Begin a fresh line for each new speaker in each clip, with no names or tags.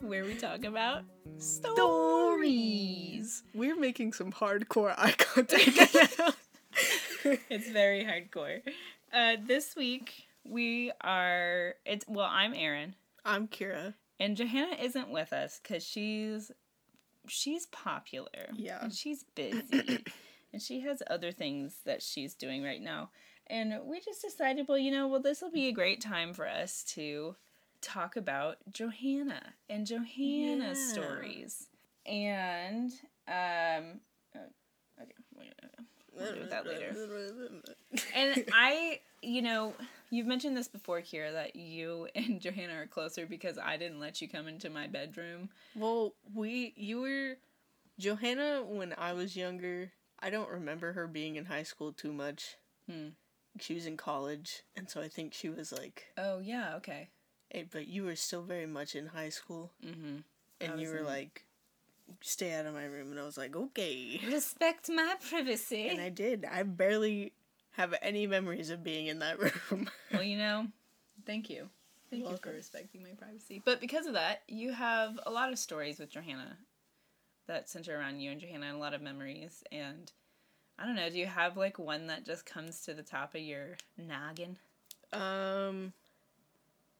where we talk about
Stories.
stories.
We're making some hardcore eye contact.
It's very hardcore. Uh, this week we are. It's well, I'm Erin,
I'm Kira.
and Johanna isn't with us because she's she's popular.
Yeah.
and she's busy, and she has other things that she's doing right now. And we just decided, well, you know, well, this will be a great time for us to talk about Johanna and Johanna's
Yeah.
stories. And um, uh, okay, we're gonna- We'll do that later. and I, you know, you've mentioned this before, Kira, that you and Johanna are closer because I didn't let you come into my bedroom.
well, we you were Johanna when I was younger. I don't remember her being in high school too much.
Hmm.
She was in college, and so I think she was like.
Oh yeah, okay.
eh, but you were still very much in high school,
Mm-hmm. I
and you
was
were
in-
like, "Stay out of my room," and I was like, "Okay."
Respect my privacy.
And I did. I barely have any memories of being in that room.
well, you know, thank you. Thank
You're
you for
welcome.
respecting my privacy. But because of that, you have a lot of stories with Johanna that center around you and Johanna and a lot of memories. And I don't know, do you have like one that just comes to the top of your noggin?
Um.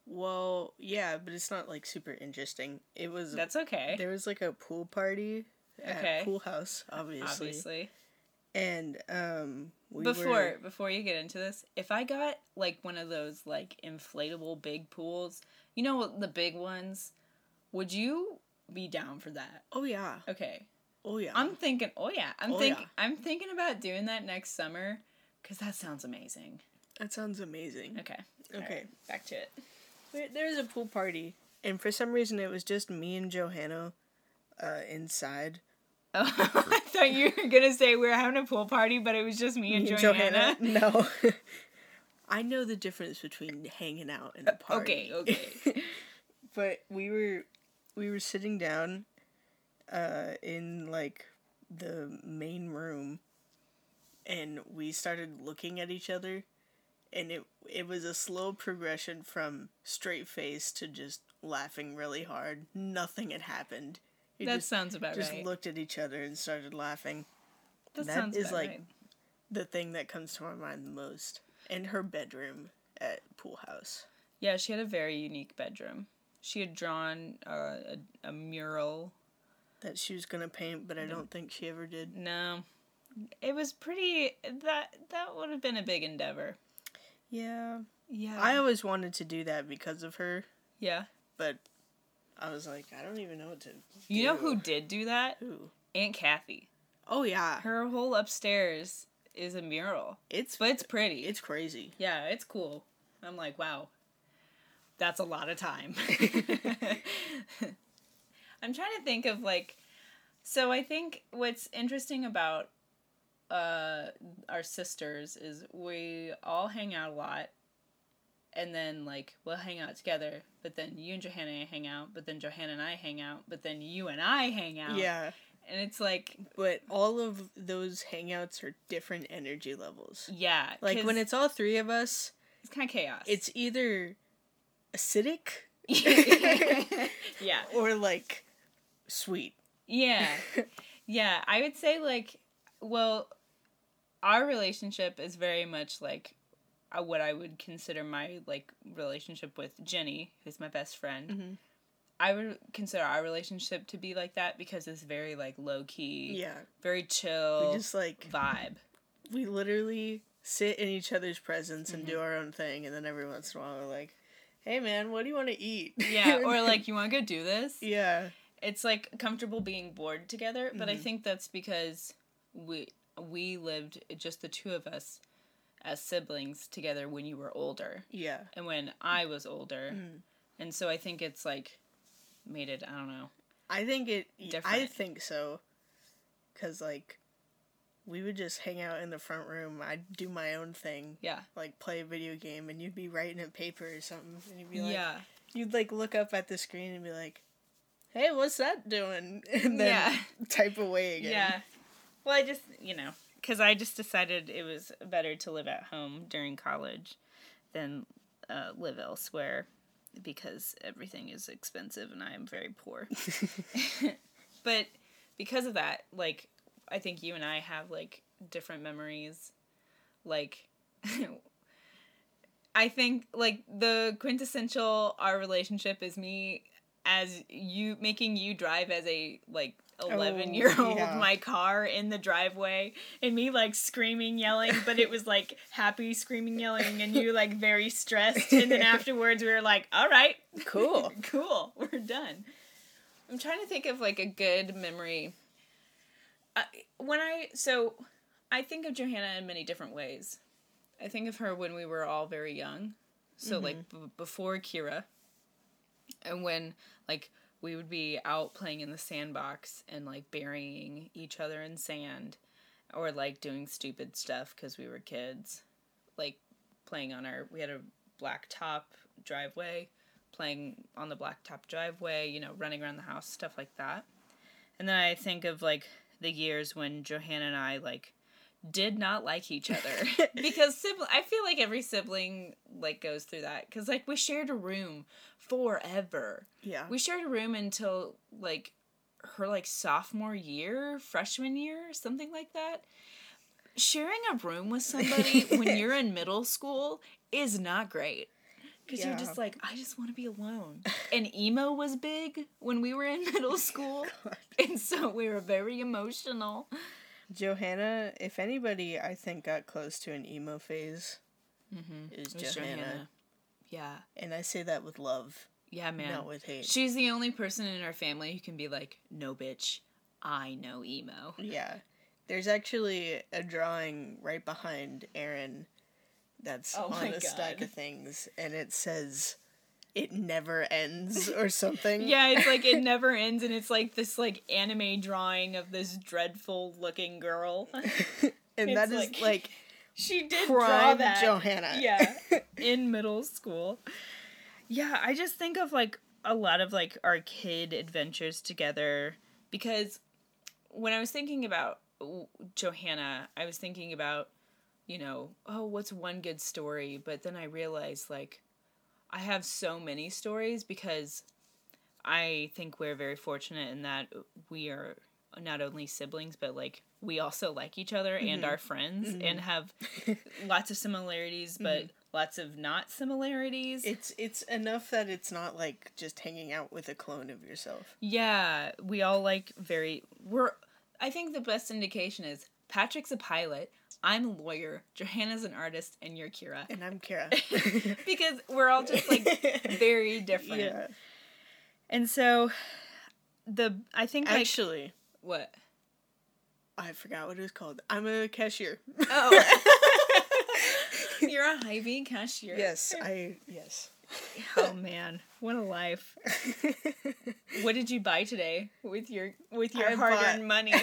Well, yeah, but it's not like super interesting. It was
That's okay.
there was like a pool party at
Okay.
pool house, obviously,
Obviously.
and um we were-
before before you get into this, if I got like one of those like inflatable big pools, you know what the big ones, would you be down for that?
oh yeah,
Okay,
oh yeah,
I'm thinking. Oh yeah, I'm
Oh,
think
yeah.
I'm thinking about doing that next summer because that sounds amazing.
that sounds amazing.
Okay, all
Okay,
right, back to it.
There- there was a pool party, and for some reason it was just me and Johanna, uh, inside.
Oh, I thought you were gonna say we were having a pool party, but it was just me and
Me and
Johanna.
No. I know the difference between hanging out and a party.
Okay, okay.
but we were we were sitting down uh in like the main room and we started looking at each other and it it was a slow progression from straight face to just laughing really hard. Nothing had happened. We
that
just,
sounds about
just
right.
looked at each other and started laughing.
that,
that
sounds
is,
about
like,
right.
The thing that comes to my mind the most. And her bedroom at pool house.
Yeah, she had a very unique bedroom. She had drawn uh, a, a mural.
That she was gonna paint, but I don't think she ever did.
No, it was pretty. That that would have been a big endeavor.
Yeah.
Yeah.
I always wanted to do that because of her,
yeah.
but I was like, I don't even know what to.
You know who
do.
did do that?
Who?
Aunt Kathy.
Oh yeah,
Her whole upstairs is a mural,
it's
but it's pretty.
it's crazy.
yeah, it's cool. I'm like, wow, that's a lot of time. I'm trying to think of like, so I think what's interesting about uh, our sisters is we all hang out a lot, and then like we'll hang out together. But then you and Johanna hang out. But then Johanna and I hang out. But then you and I hang out.
Yeah,
and it's like
but all of those hangouts are different energy levels.
yeah,
Like
'cause
when it's all three of us,
it's kind of chaos.
it's either acidic
yeah,
or like sweet.
yeah, yeah. I would say like, well, our relationship is very much like uh, what I would consider my like relationship with Jenny, who's my best friend.
Mhm.
I would consider our relationship to be like that because it's very like low key,
Yeah,
very chill
we just like
vibe.
we literally sit in each other's presence and
Mm-hmm.
do our own thing, and then every once in a while we're like, "Hey man, what do you want to eat?"
Yeah, or like you want to go do this?
yeah,
it's like comfortable being bored together but i
Mhm.
think that's because we we lived just the two of us as siblings together when you were older
yeah.
and when i was older
Mm.
and so i think it's like made it i don't know
I think it. y- I
Different.
think so, because like, we would just hang out in the front room. I'd do my own thing,
yeah
like play a video game, and you'd be writing a paper or something, and you'd be like,
yeah
you'd like look up at the screen and be like, "Hey, what's that doing?" And then
yeah
type away again.
yeah well i just you know because i just decided it was better to live at home during college than uh, live elsewhere because everything is expensive and I am very poor. but because of that, like I think you and I have like different memories. Like I think like the quintessential our relationship is me as you making you drive as a like 11 year old
yeah.
my car in the driveway and me like screaming yelling but it was like happy screaming yelling and you like very stressed and then afterwards we were like all right
Cool.
cool we're done i'm trying to think of like a good memory I, when i so i think of johanna in many different ways i think of her when we were all very young so like b- before kira and when like we would be out playing in the sandbox and like burying each other in sand or like doing stupid stuff because we were kids like playing on our we had a blacktop driveway playing on the blacktop driveway you know running around the house stuff like that and then i think of like the years when johanna and i like did not like each other because sibling i feel like every sibling like goes through that because like we shared a room forever
Yeah.
we shared a room until like her like sophomore year, freshman year, something like that. Sharing a room with somebody when you're in middle school is not great. Cuz you're
Yeah.
just like I just want to be alone. And emo was big when we were in middle school. and so we were very emotional.
Johanna, if anybody I think got close to an emo phase
Mhm.
is
It was
Johanna.
Johanna. Yeah.
And I say that with love,
Yeah, man.
not with hate.
She's the only person in our family who can be like, "No bitch, I know emo."
yeah. There's actually a drawing right behind Aaron that's
Oh
on
my
a stack
God.
of things and it says it never ends or something.
Yeah, it's like it never ends, and it's like this like anime drawing of this dreadful looking girl.
and
It's
that is
like-
like,
she did draw
prime
that.
Johanna.
Yeah, in middle school. Yeah, I just think of like a lot of like our kid adventures together because when I was thinking about w- Johanna, I was thinking about you know, oh, what's one good story? But then I realized like I have so many stories because I think we're very fortunate in that we are not only siblings, but like we also like each other and our friends and have lots of similarities, but lots of not similarities.
It's it's enough that it's not like just hanging out with a clone of yourself.
yeah, we all like very. We're. I think the best indication is Patrick's a pilot, I'm a lawyer, Johanna's an artist, and you're Kira.
And I'm Kara.
because we're all just like very different.
yeah.
And so the I think like
Actually,
what?
I forgot what it was called. I'm a cashier.
Oh. You're a Hy-Vee cashier.
yes, I yes.
Oh man, what a life. What did you buy today with your with your
I
hard-earned
bought-
money?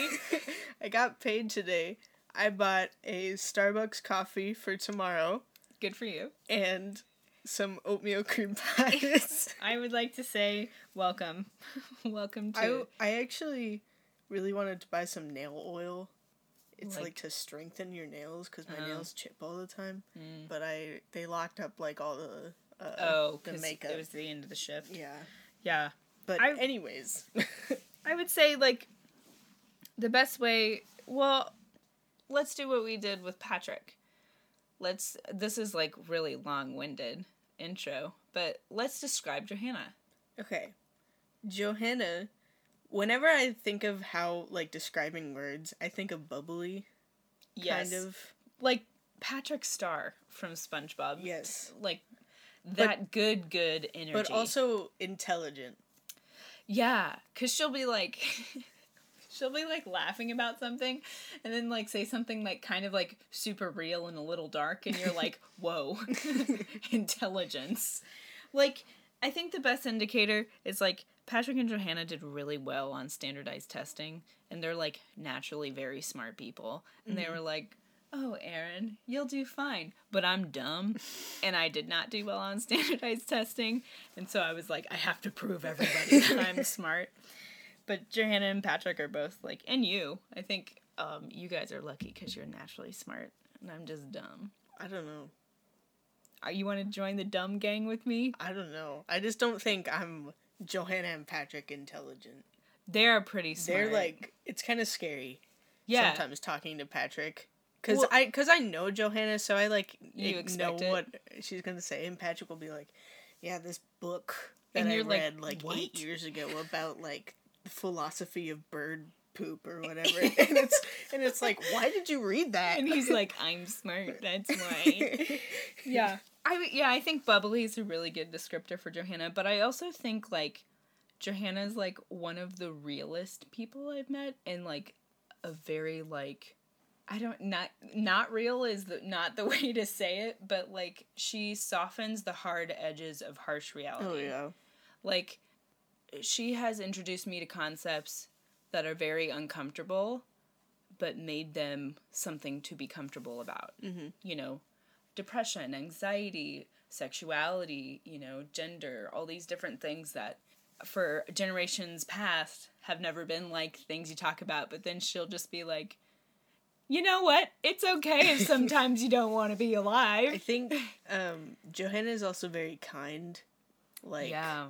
I got paid today. I bought a Starbucks coffee for tomorrow
Good for you.
and some oatmeal cream pies.
I would like to say welcome. welcome to
I I actually really wanted to buy some nail oil. It's
Like-
like, to strengthen your nails because my
Oh.
nails chip all the time.
Mm.
But I they locked up like all the uh,
Oh,
the
'cause
makeup.
it was the end of the shift.
yeah.
yeah.
But
I-
anyways,
I would say like the best way. Well, let's do what we did with Patrick. Let's. This is like really long-winded intro, but let's describe Johanna.
okay, Johanna. Whenever I think of how like describing words, I think of bubbly
Yes,
kind of.
like Patrick Starr from SpongeBob.
Yes.
like that good, good energy.
But also intelligent.
Yeah, cause she'll be like, she'll be like laughing about something, and then like say something like kind of like super real and a little dark, and you're like, whoa, intelligence. Like, I think the best indicator is like Patrick and Johanna did really well on standardized testing, and they're like naturally very smart people, and
Mm-hmm.
they were like. Oh, Aaron, you'll do fine, but I'm dumb and I did not do well on standardized testing. And so I was like, I have to prove everybody that I'm smart. But Johanna and Patrick are both like, and you. I think um, you guys are lucky because you're naturally smart, and I'm just dumb.
I don't know.
Are Uh, you want to join the dumb gang with me?
I don't know. I just don't think I'm Johanna and Patrick intelligent.
They're pretty smart.
They're like it's kind of scary
yeah.
sometimes talking to Patrick because
Well-
I because I know Johanna, so I like
You
ig- know
expect it.
what she's gonna say, and Patrick will be like, "Yeah, this book that
And
I
you're like,
read like,
"What?"
eight years ago about like the philosophy of bird poop or whatever," and it's and it's like, "Why did you read that?"
And he's like, I'm smart. That's why. yeah i w- yeah i think bubbly is a really good descriptor for johanna but i also think like johanna's like one of the realest people i've met and like a very like i don't not not real is the, not the way to say it but like she softens the hard edges of harsh reality
oh yeah,
like she has introduced me to concepts that are very uncomfortable but made them something to be comfortable about
Mhm.
you know depression anxiety sexuality you know gender all these different things that for generations past have never been like things you talk about but then she'll just be like you know what it's okay if sometimes you don't want to be
I
alive
think um, Johanna is also very kind. Like
yeah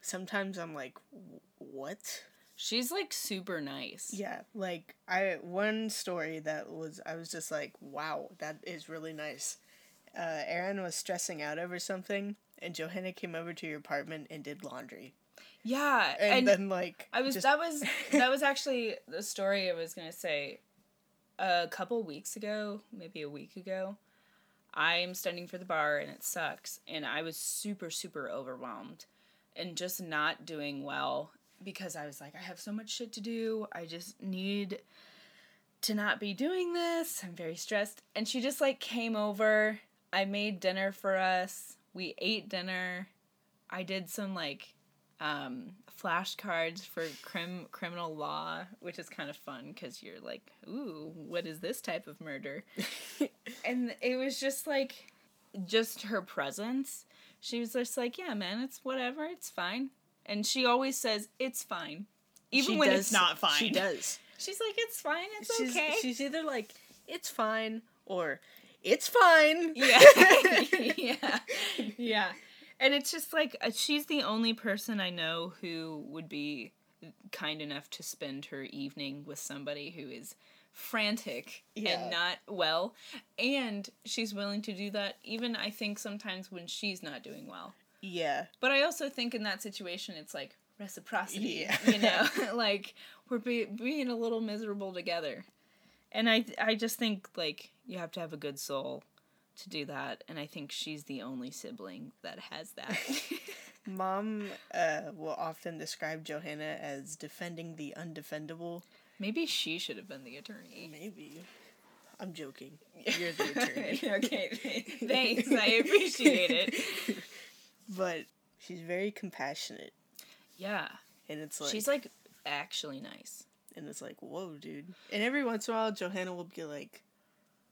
sometimes I'm like, "W- "What?"
she's like super nice
Yeah, like I one story that was I was just like, wow, that is really nice. Uh, Aaron was stressing out over something, and Johanna came over to your apartment and did laundry,
yeah
and, then like
I was
just-
that was that was actually the story I was gonna say. A couple weeks ago, maybe a week ago, I am studying for the bar and it sucks, and I was super super overwhelmed, and just not doing well because I was like, I have so much shit to do. I just need to not be doing this. I'm very stressed, and she just like came over. I made dinner for us. We ate dinner. I did some like um, flashcards for crim- criminal law, which is kind of fun because you're like, ooh, what is this type of murder? and it was just like, just her presence. She was just like, yeah, man, it's whatever, it's fine. And she always says, it's fine. Even
she
when
does-
it's not fine.
She does.
She's like, it's fine, it's
she's
okay.
she's either like, it's fine, or it's fine.
Yeah. yeah. Yeah. And it's just like uh, she's the only person I know who would be kind enough to spend her evening with somebody who is frantic
Yeah.
and not well. And she's willing to do that even I think sometimes when she's not doing well.
yeah.
But I also think in that situation it's like reciprocity,
Yeah.
you know, like we're be- being a little miserable together. And I I just think like you have to have a good soul to do that and I think she's the only sibling that has that.
Mom uh, will often describe Johanna as defending the undefendable.
Maybe she should have been the attorney.
Maybe. I'm joking. You're the attorney.
okay. Thanks. I appreciate it.
but she's very compassionate
Yeah.
and it's like
she's like actually nice.
and it's like whoa dude and every once in a while johanna will be like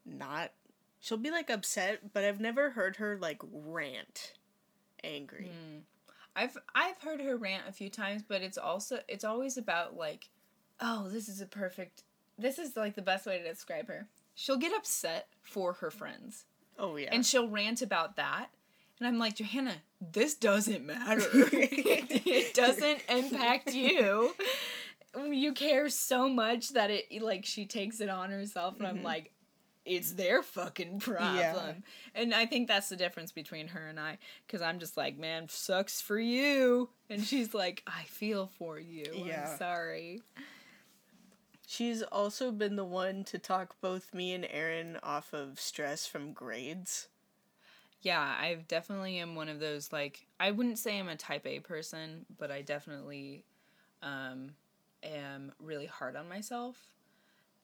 not she'll be like upset but i've never heard her like rant angry
Hmm. I've I've heard her rant a few times, but it's also it's always about like, oh, this is a perfect. This is like the best way to describe her. She'll get upset for her friends,
oh yeah
and she'll rant about that. And I'm like, Johanna, this doesn't matter. it doesn't impact you. You care so much that it like she takes it on herself, and I'm
Mm-hmm.
like, it's their fucking problem. And I think that's the difference between her and I, because I'm just like, man, sucks for you, and she's like, I feel for you.
Yeah.
I'm sorry.
she's also been the one to talk both me and aaron off of stress from grades
Yeah, I definitely am one of those like I wouldn't say I'm a type A person, but I definitely um am really hard on myself.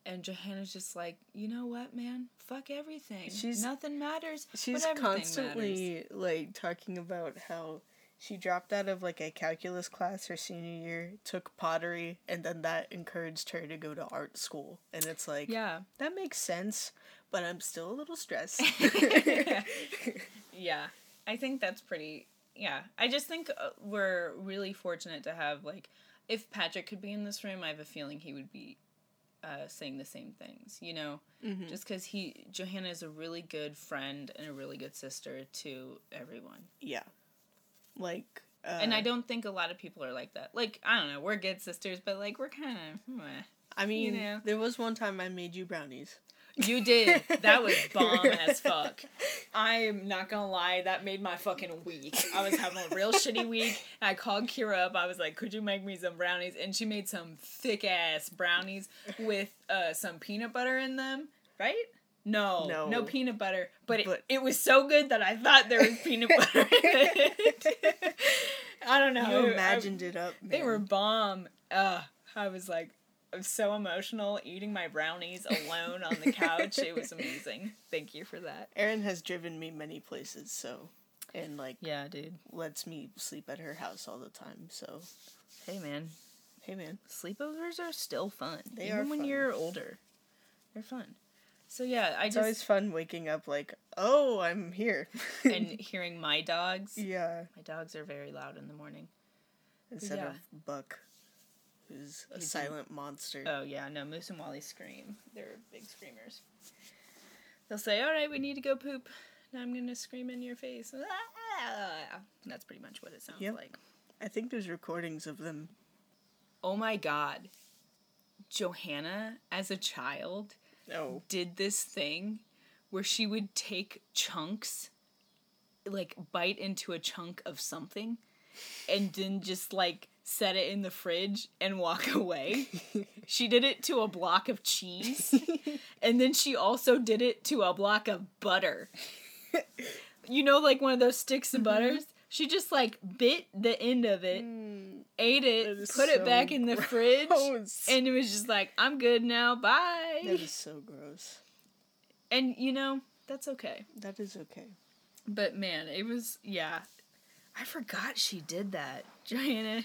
And Johanna's just like, you know what, man? Fuck everything.
She's-
nothing matters. but
she's
everything matters."
constantly like talking about how she dropped out of like a calculus class her senior year took pottery and then that encouraged her to go to art school and it's like
Yeah.
that makes sense but i'm still a little stressed
Mm-hmm. Yeah. I think that's pretty yeah. I just think uh, we're really fortunate to have like if Patrick could be in this room, I have a feeling he would be uh, saying the same things, you know?
Mhm.
Just because he, Johanna is a really good friend and a really good sister to everyone.
Yeah. Like. Uh,
and I don't think a lot of people are like that. Like, I don't know, we're good sisters, but like, we're kind of. meh.
I mean,
know.
there was one time I made you brownies.
You did. That was bomb as fuck. I'm not gonna lie, that made my fucking week. I was having a real shitty week. And I called Kira up. I was like, "Could you make me some brownies?" And she made some thick ass brownies with uh, some peanut butter in them. Right? No, no,
No.
peanut butter. But it,
But-
it was so good that I thought there was peanut butter in it. I don't know.
You
I-
imagined it up.
they
man.
were bomb. Ugh, I was like, I was so emotional eating my brownies alone on the couch. It was amazing. Thank you for that.
Erin has driven me many places, so and like
Yeah, dude.
lets me sleep at her house all the time. So
Hey, man.
hey, man.
Sleepovers are still fun.
They
Even
are
when
fun.
you're older, they're fun. So yeah, I
It's
just
always fun waking up like, oh, I'm here.
and hearing my dogs.
yeah,
My dogs are very loud in the morning.
instead
Yeah.
of Buck, who's a
He's a-
silent monster.
Oh yeah, no, Moose and Wally scream. They're big screamers. They'll say, "All right, we need to go poop." Now I'm gonna scream in your face. That's pretty much what it sounds
Yep.
like.
I think there's recordings of them.
Oh my god, Johanna as a child
Oh,
did this thing where she would take chunks, like bite into a chunk of something, and then just like set it in the fridge and walk away. she did it to a block of cheese, and then she also did it to a block of butter. You know, like one of those sticks
Mm-hmm.
of butters? She just like bit the end of it, ate
Mm. That
it,
is
put it
so
back in the fridge,
gross.
and it was just like, I'm good now, bye.
that is so gross.
And you know, that's okay.
That is okay.
But man, it was yeah. I forgot she did that. Joanna,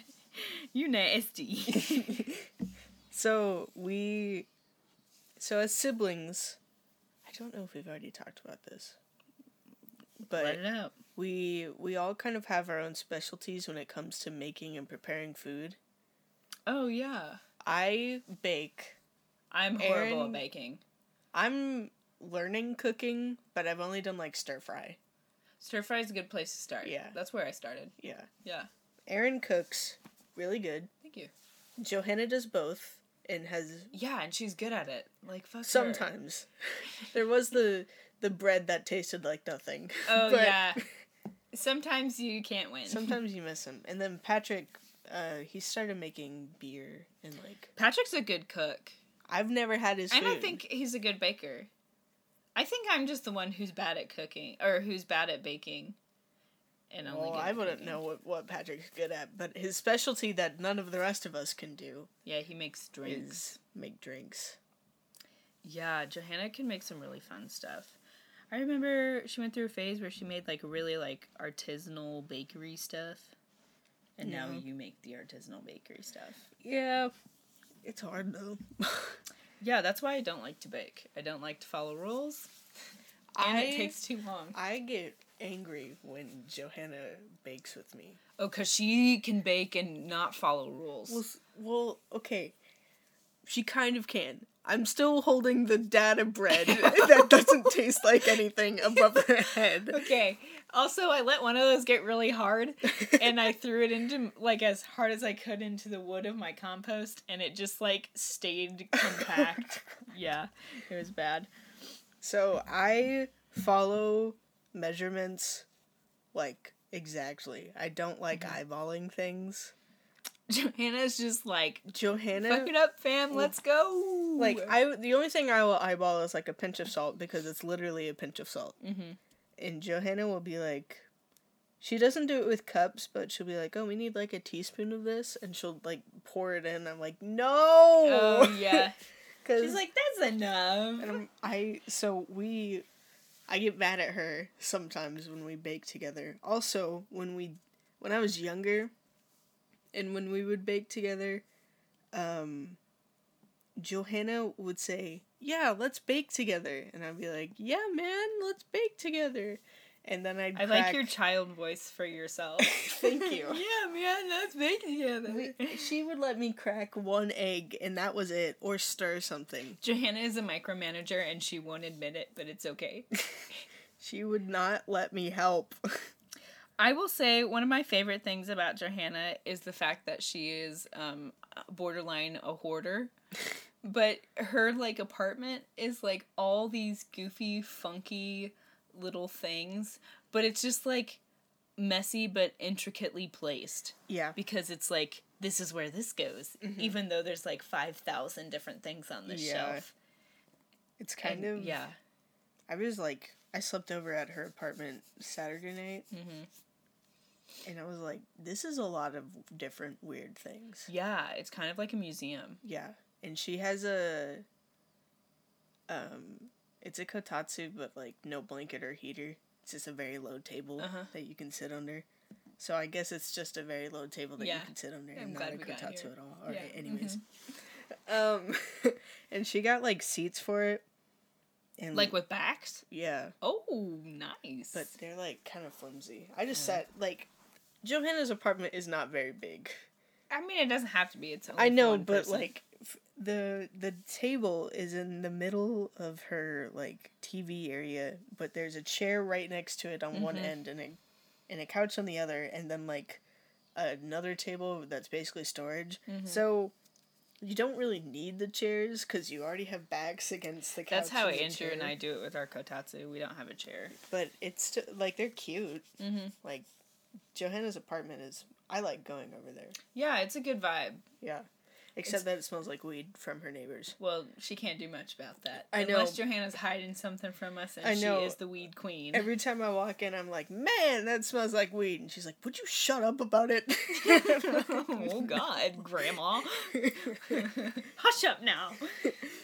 you nasty.
So we, so as siblings, I don't know if we've already talked about this,
Let
but
it out.
we we all kind of have our own specialties when it comes to making and preparing food.
Oh yeah.
I bake.
I'm horrible
Erin-
at baking.
I'm learning cooking, but I've only done like stir fry.
Stir fry is a good place to start.
Yeah.
That's where I started.
Yeah.
Yeah.
Erin cooks really good.
Thank you.
Johanna does both and has
Yeah, and she's good at it. Like fuck. her.
sometimes. there was the the bread that tasted like nothing.
Oh
but-
yeah. Sometimes you can't win.
Sometimes you miss him. And then Patrick, uh, he started making beer and like
Patrick's a good cook.
I've never had his.
And I
food.
think he's a good baker. I think I'm just the one who's bad at cooking or who's bad at baking. And only
Well,
good
I
at
wouldn't
cooking.
know what, what Patrick's good at, but his specialty that none of the rest of us can do
Yeah, he makes drinks.
is make drinks.
Yeah, Johanna can make some really fun stuff. I remember she went through a phase where she made like really like artisanal bakery stuff. And now
Yeah.
you make the artisanal bakery stuff.
Yeah, it's hard though.
Yeah, that's why I don't like to bake. I don't like to follow rules. And
I
it takes too long.
I get angry when Johanna bakes with me.
Oh, because she can bake and not follow rules.
Well, s- well, okay. She kind of can. I'm still holding the data bread that doesn't taste like anything above her head.
Okay. Also, I let one of those get really hard, and I threw it into like as hard as I could into the wood of my compost, and it just like stayed compact. yeah, it was bad.
So I follow measurements like exactly. I don't like eyeballing things.
Johanna's just like, fuck
Johanna
it up, fam. Let's go.
like I the only thing I will eyeball is like a pinch of salt because it's literally a pinch of salt.
Mhm.
And Johanna will be like she doesn't do it with cups, but she'll be like, "Oh, we need like a teaspoon of this," and she'll like pour it in. I'm like, "No!"
oh yeah.
because
She's like, that's
And
enough.
I'm, I so we, I get mad at her sometimes when we bake together. Also, when we, when I was younger, and when we would bake together, um, Johanna would say, "Yeah, let's bake together," and I'd be like, "Yeah, man, let's bake together," and then I'd
I
crack,
like your child voice for yourself.
Thank you.
yeah, man, that's making
We-
together.
she would let me crack one egg and that was it or stir something
Johanna is a micromanager and she won't admit it, but it's okay.
she would not let me help
I will say one of my favorite things about Johanna is the fact that she is um, borderline a hoarder. but her like apartment is like all these goofy, funky little things, but it's just like messy but intricately placed
yeah
because it's like this is where this goes, even though there's like five thousand different things on the
Mm-hmm. Yeah.
shelf.
it's kind
And-
of
yeah.
i was like i slept over at her apartment saturday night
hmm
and i was like this is a lot of different weird things
Yeah, it's kind of like a museum.
yeah and she has a um it's a kotatsu but like no blanket or heater it's just a very low table
Uh-huh.
that you can sit under so i guess it's just a very low table that you
Yeah.
can sit under
I'm
and not
glad
a
we got
kotatsu
here.
at all all right
Yeah, Mm-hmm.
anyways um and she got like seats for it and
Like with backs?
yeah
Oh, nice.
but they're like kind of flimsy i just sat like johanna's apartment is not very big
I mean, it doesn't have to be its own.
I
Oh,
know,
one
but
person.
like f- the the table is in the middle of her like TV area, but there's a chair right next to it on one
Mhm.
end and a and a couch on the other, and then like another table that's basically storage.
Mhm.
So you don't really need the chairs because you already have backs against the couch.
that's how
and the
Andrew and
chair.
I do it with our kotatsu. We don't have a chair.
But it's t- like they're cute.
Mm-hmm.
Like Johanna's apartment is. I like going over there.
Yeah, it's a good vibe.
Yeah. Except that it smells like weed from her neighbors.
Well, she can't do much about that.
I know.
Unless Johanna's hiding something from us, and
I know.
she is the weed queen.
Every time I walk in, I'm like, man, that smells like weed. And she's like, would you shut up about it?
oh God, Grandma! Hush up now.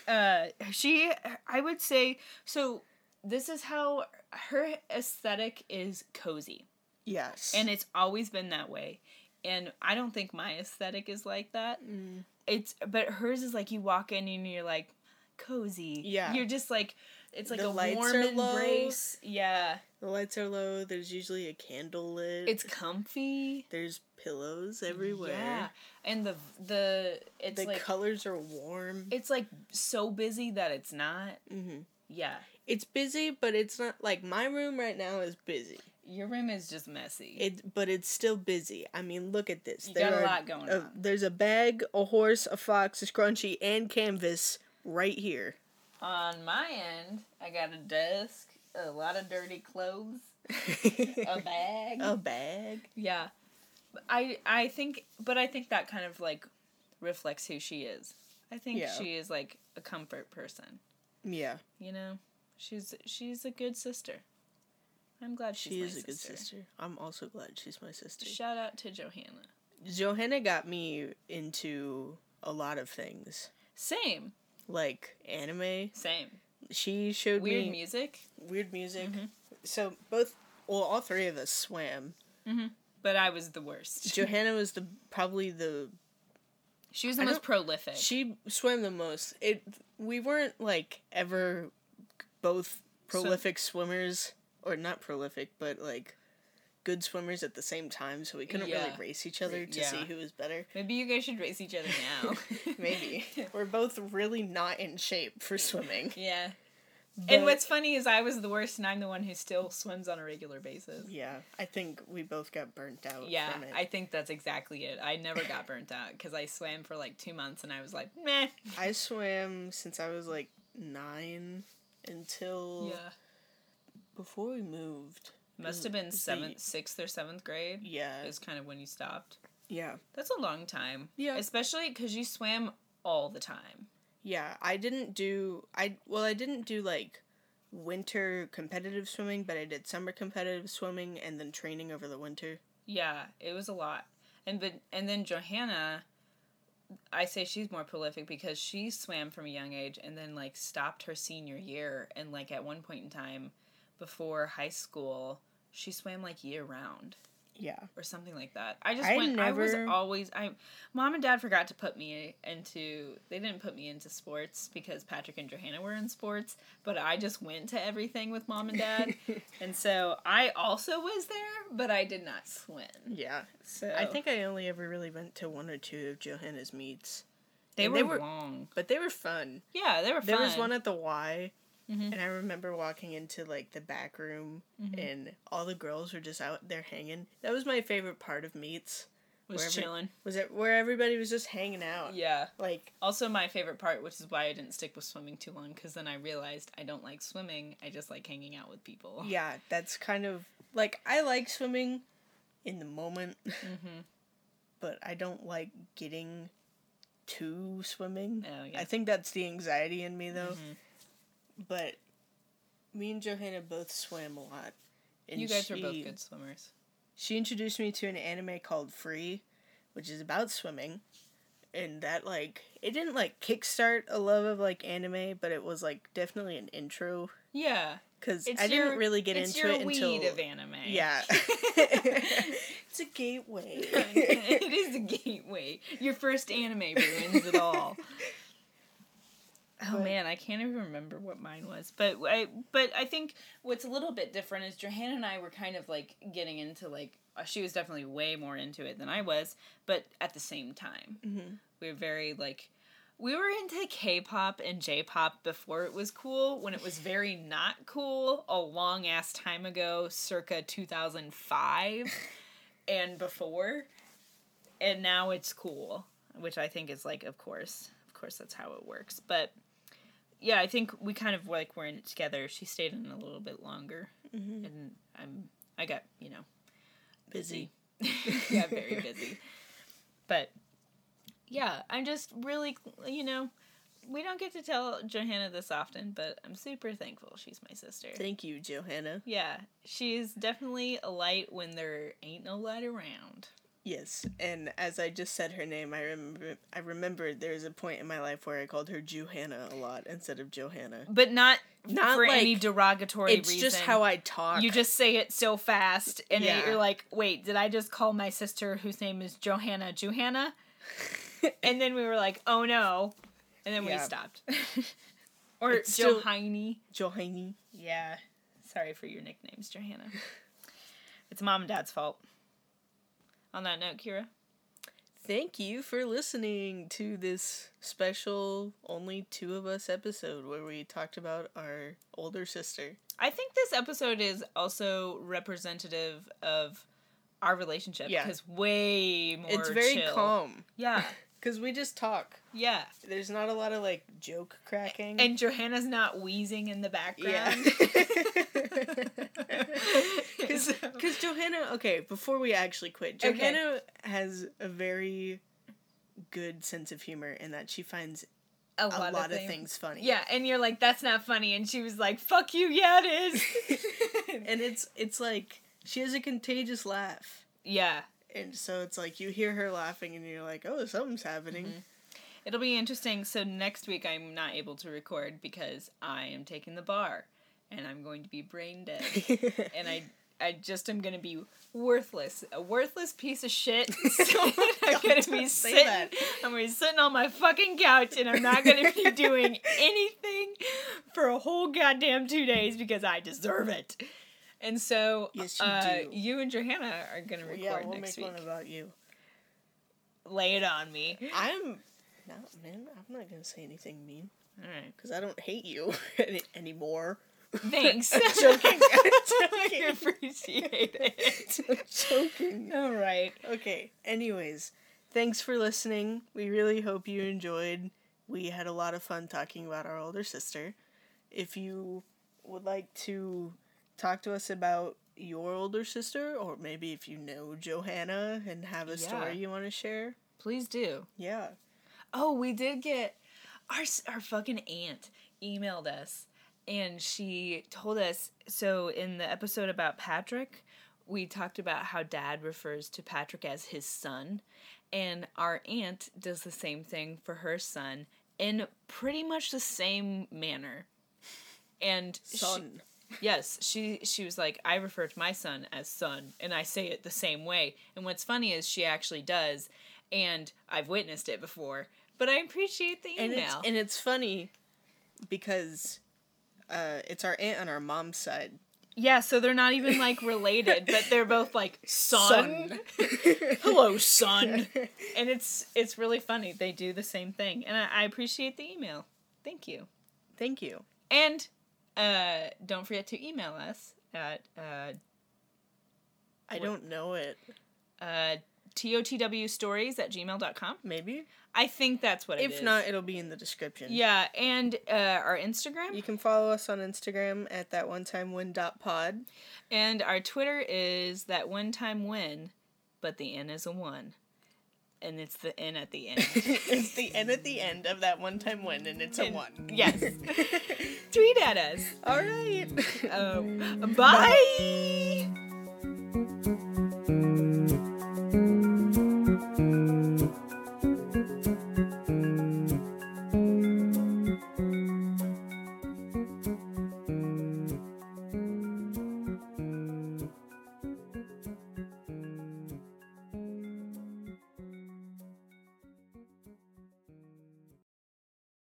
Uh, she, I would say so. This is how her aesthetic is cozy.
yes.
and it's always been that way and i don't think my aesthetic is like that
Mm.
it's but hers is like you walk in and you're like cozy
Yeah.
you're just like it's like
The
a
lights
warm
are low.
embrace yeah
the lights are low. There's usually a candle lit.
it's comfy
there's pillows everywhere.
yeah and the the it's
the
like
colors are warm.
it's like so busy that it's not
hmm
yeah
It's busy, but it's not like my room right now is busy.
your room is just messy
It, but it's still busy. I mean, look at this.
you got a
are-
lot going
a-
on
Uh, there's a bag, a horse, a fox, a scrunchie, and canvas right here.
on my end i got a desk a lot of dirty clothes a bag
a bag.
Yeah. I I think but I think that kind of like reflects who she is. I think
Yeah.
she is like a comfort person,
Yeah.
you know? She's she's a good sister. I'm glad she's
She
my
is a good sister. I'm also glad she's my sister.
Shout out to Johanna.
Johanna got me into a lot of things,
Same.
like anime.
Same.
She showed
Weird
me
music, Mm-hmm.
weird music. So both, well, all three of us swam.
but I was the worst.
Johanna was the probably the
She was the
I
most
don't-
prolific.
she swam the most. It we weren't like ever both prolific swimmers or not prolific, but like good swimmers at the same time. So we couldn't really
Yeah.
race each other to
yeah.
see who was better.
Maybe you guys should race each other now.
Maybe. We're both really not in shape for swimming.
yeah.
But-
And what's funny is I was the worst and I'm the one who still swims on a regular basis.
Yeah, I think we both got burnt out
Yeah,
from it.
I think that's exactly it. I never got burnt out because I swam for like two months and I was like, meh.
I swam since I was like nine until
Yeah.
before we moved.
Must have been
It's the-
seventh, sixth, or seventh grade
mm, Yeah.
is kind of when you stopped.
Yeah.
That's a long time.
Yeah.
Especially because you swam all the time.
Yeah. I didn't do I well, I didn't do like winter competitive swimming, but I did summer competitive swimming and then training over the winter.
Yeah, it was a lot. And but and then Johanna, I say she's more prolific because she swam from a young age and then like stopped her senior year and like at one point in time before high school, she swam like year round.
Yeah.
or something like that. I just
I
went. I was
never-
always. I mom and dad forgot to put me into. They didn't put me into sports because Patrick and Johanna were in sports, but I just went to everything with mom and dad, and so I also was there, but I did not swim.
yeah.
So
I think I only ever really went to one or two of Johanna's meets,
they
and
were,
they were-
long.
but they were fun. Mm-hmm.
Yeah, they were.
There
fun.
was one at the Y,
Mhm.
and I remember walking into like the back room, and all the girls were just out there hanging. That was my favorite part of meets.
was
where every-
chilling.
Was it where everybody was just hanging out?
Yeah.
Like
Also, my favorite part, which is why I didn't stick with swimming too long, because then I realized I don't like swimming. I just like hanging out with people.
yeah, that's kind of like I like swimming in the moment,
Mm-hmm.
but I don't like getting to swimming.
Oh,
I
yeah.
think that's the anxiety in me though.
Mhm.
But me and Johanna both swam a lot.
You guys were
she,
both good swimmers.
She introduced me to an anime called Free, which is about swimming. And that like it didn't like kickstart a love of like anime, but it was like definitely an intro
Yeah.
because
It's
I
your-
didn't really get
it's
into
your
it
weed
until
of anime.
yeah, it's a gateway.
it is a gateway. Your first anime ruins it all. Oh
But-
man, I can't even remember what mine was. But I but I think what's a little bit different is Johanna and I were kind of like getting into like uh, she was definitely way more into it than I was, but at the same time.
Mhm.
We were very like we were into K-pop and J-pop before it was cool, when it was very not cool a long ass time ago, circa 2005 and before. And now it's cool, which I think is like of course. Of course that's how it works, but yeah, I think we kind of like were in it together. She stayed in a little bit longer,
Mhm.
and I'm I got you know
Busy.
yeah, very busy. But yeah, I'm just really you know we don't get to tell Johanna this often, but I'm super thankful she's my sister.
Thank you, Johanna.
Yeah, she's definitely a light when there ain't no light around.
Yes, and as I just said her name, I remember. I remembered there was a point in my life where I called her Johanna a lot instead of Johanna.
But not
Not
for any
like-
derogatory
It's
reason.
just how I talk.
You just say it so fast, and then
Yeah.
you're like, wait, did I just call my sister whose name is Johanna Johanna? and then we were like, oh no. And then we
Yeah.
stopped. or
It's still-
Johanny.
Johanny.
Yeah. Sorry for your nicknames, Johanna. it's mom and dad's fault. On that note, Kira.
Thank you for listening to this special only two of us episode where we talked about our older sister.
I think this episode is also representative of our relationship
Yeah.
because way more
it's very
chill.
calm
Yeah.
because we just talk.
Yeah.
There's not a lot of like joke cracking.
And Johanna's not wheezing in the
yeah.
background.
Because
So-
Johanna, okay, before we actually quit,
Okay.
Johanna has a very good sense of humor in that she finds
a
a lot, of,
thing-
things funny.
Yeah, and you're like, that's not funny. And she was like, fuck you, yeah, it is.
And it's it's like she has a contagious laugh.
yeah,
And so it's like you hear her laughing and you're like, oh, something's happening.
it'll be interesting. So next week, I'm not able to record because I am taking the bar and I'm going to be brain dead. and I. I just am gonna be worthless, a worthless piece of shit. So I'm
Don't-
gonna be
don't say
sitting,
that.
I'm gonna be sitting on my fucking couch, and I'm not gonna be doing anything for a whole goddamn two days because I deserve it. And so,
Yes, you
uh,
do.
you and Johanna are gonna record
yeah, we'll
next
make one
week.
about you.
Lay it on me.
I'm no man. I'm not gonna say anything mean
All right,
because I don't hate you any- anymore.
thanks.
I'm joking. I'm
I
joking.
appreciate it.
I'm joking.
All right.
Okay. Anyways, thanks for listening. We really hope you enjoyed. We had a lot of fun talking about our older sister. If you would like to talk to us about your older sister, or maybe if you know Johanna and have a
Yeah.
story you want to share,
Please do.
yeah.
Oh, we did get our s- our fucking aunt emailed us and she told us so in the episode about Patrick, we talked about how dad refers to Patrick as his son and our aunt does the same thing for her son in pretty much the same manner. And she-
Son.
Yes, she she was like, I refer to my son as son, and I say it the same way. And what's funny is she actually does, and I've witnessed it before. But I appreciate the
and it's,
email.
and it's funny because uh, it's our aunt on our mom's side.
yeah, so they're not even like related, but they're both like son. Hello, son. and it's it's really funny. They do the same thing, and I, I appreciate the email. Thank you.
Thank you.
And uh, don't forget to email us at uh,
I don't know it.
uh, totwstories at gmail.com.
Maybe.
I think that's what it
If
is.
not, it'll be in the description.
yeah, and uh, our Instagram
You can follow us on Instagram at that one time when dot pod.
and our Twitter is that one time win, but the N is a one, and it's the N at the end.
it's the end at the end of that one time when, and it's a
And-
one.
yes, tweet at us. Oh,
All right.
Um, bye.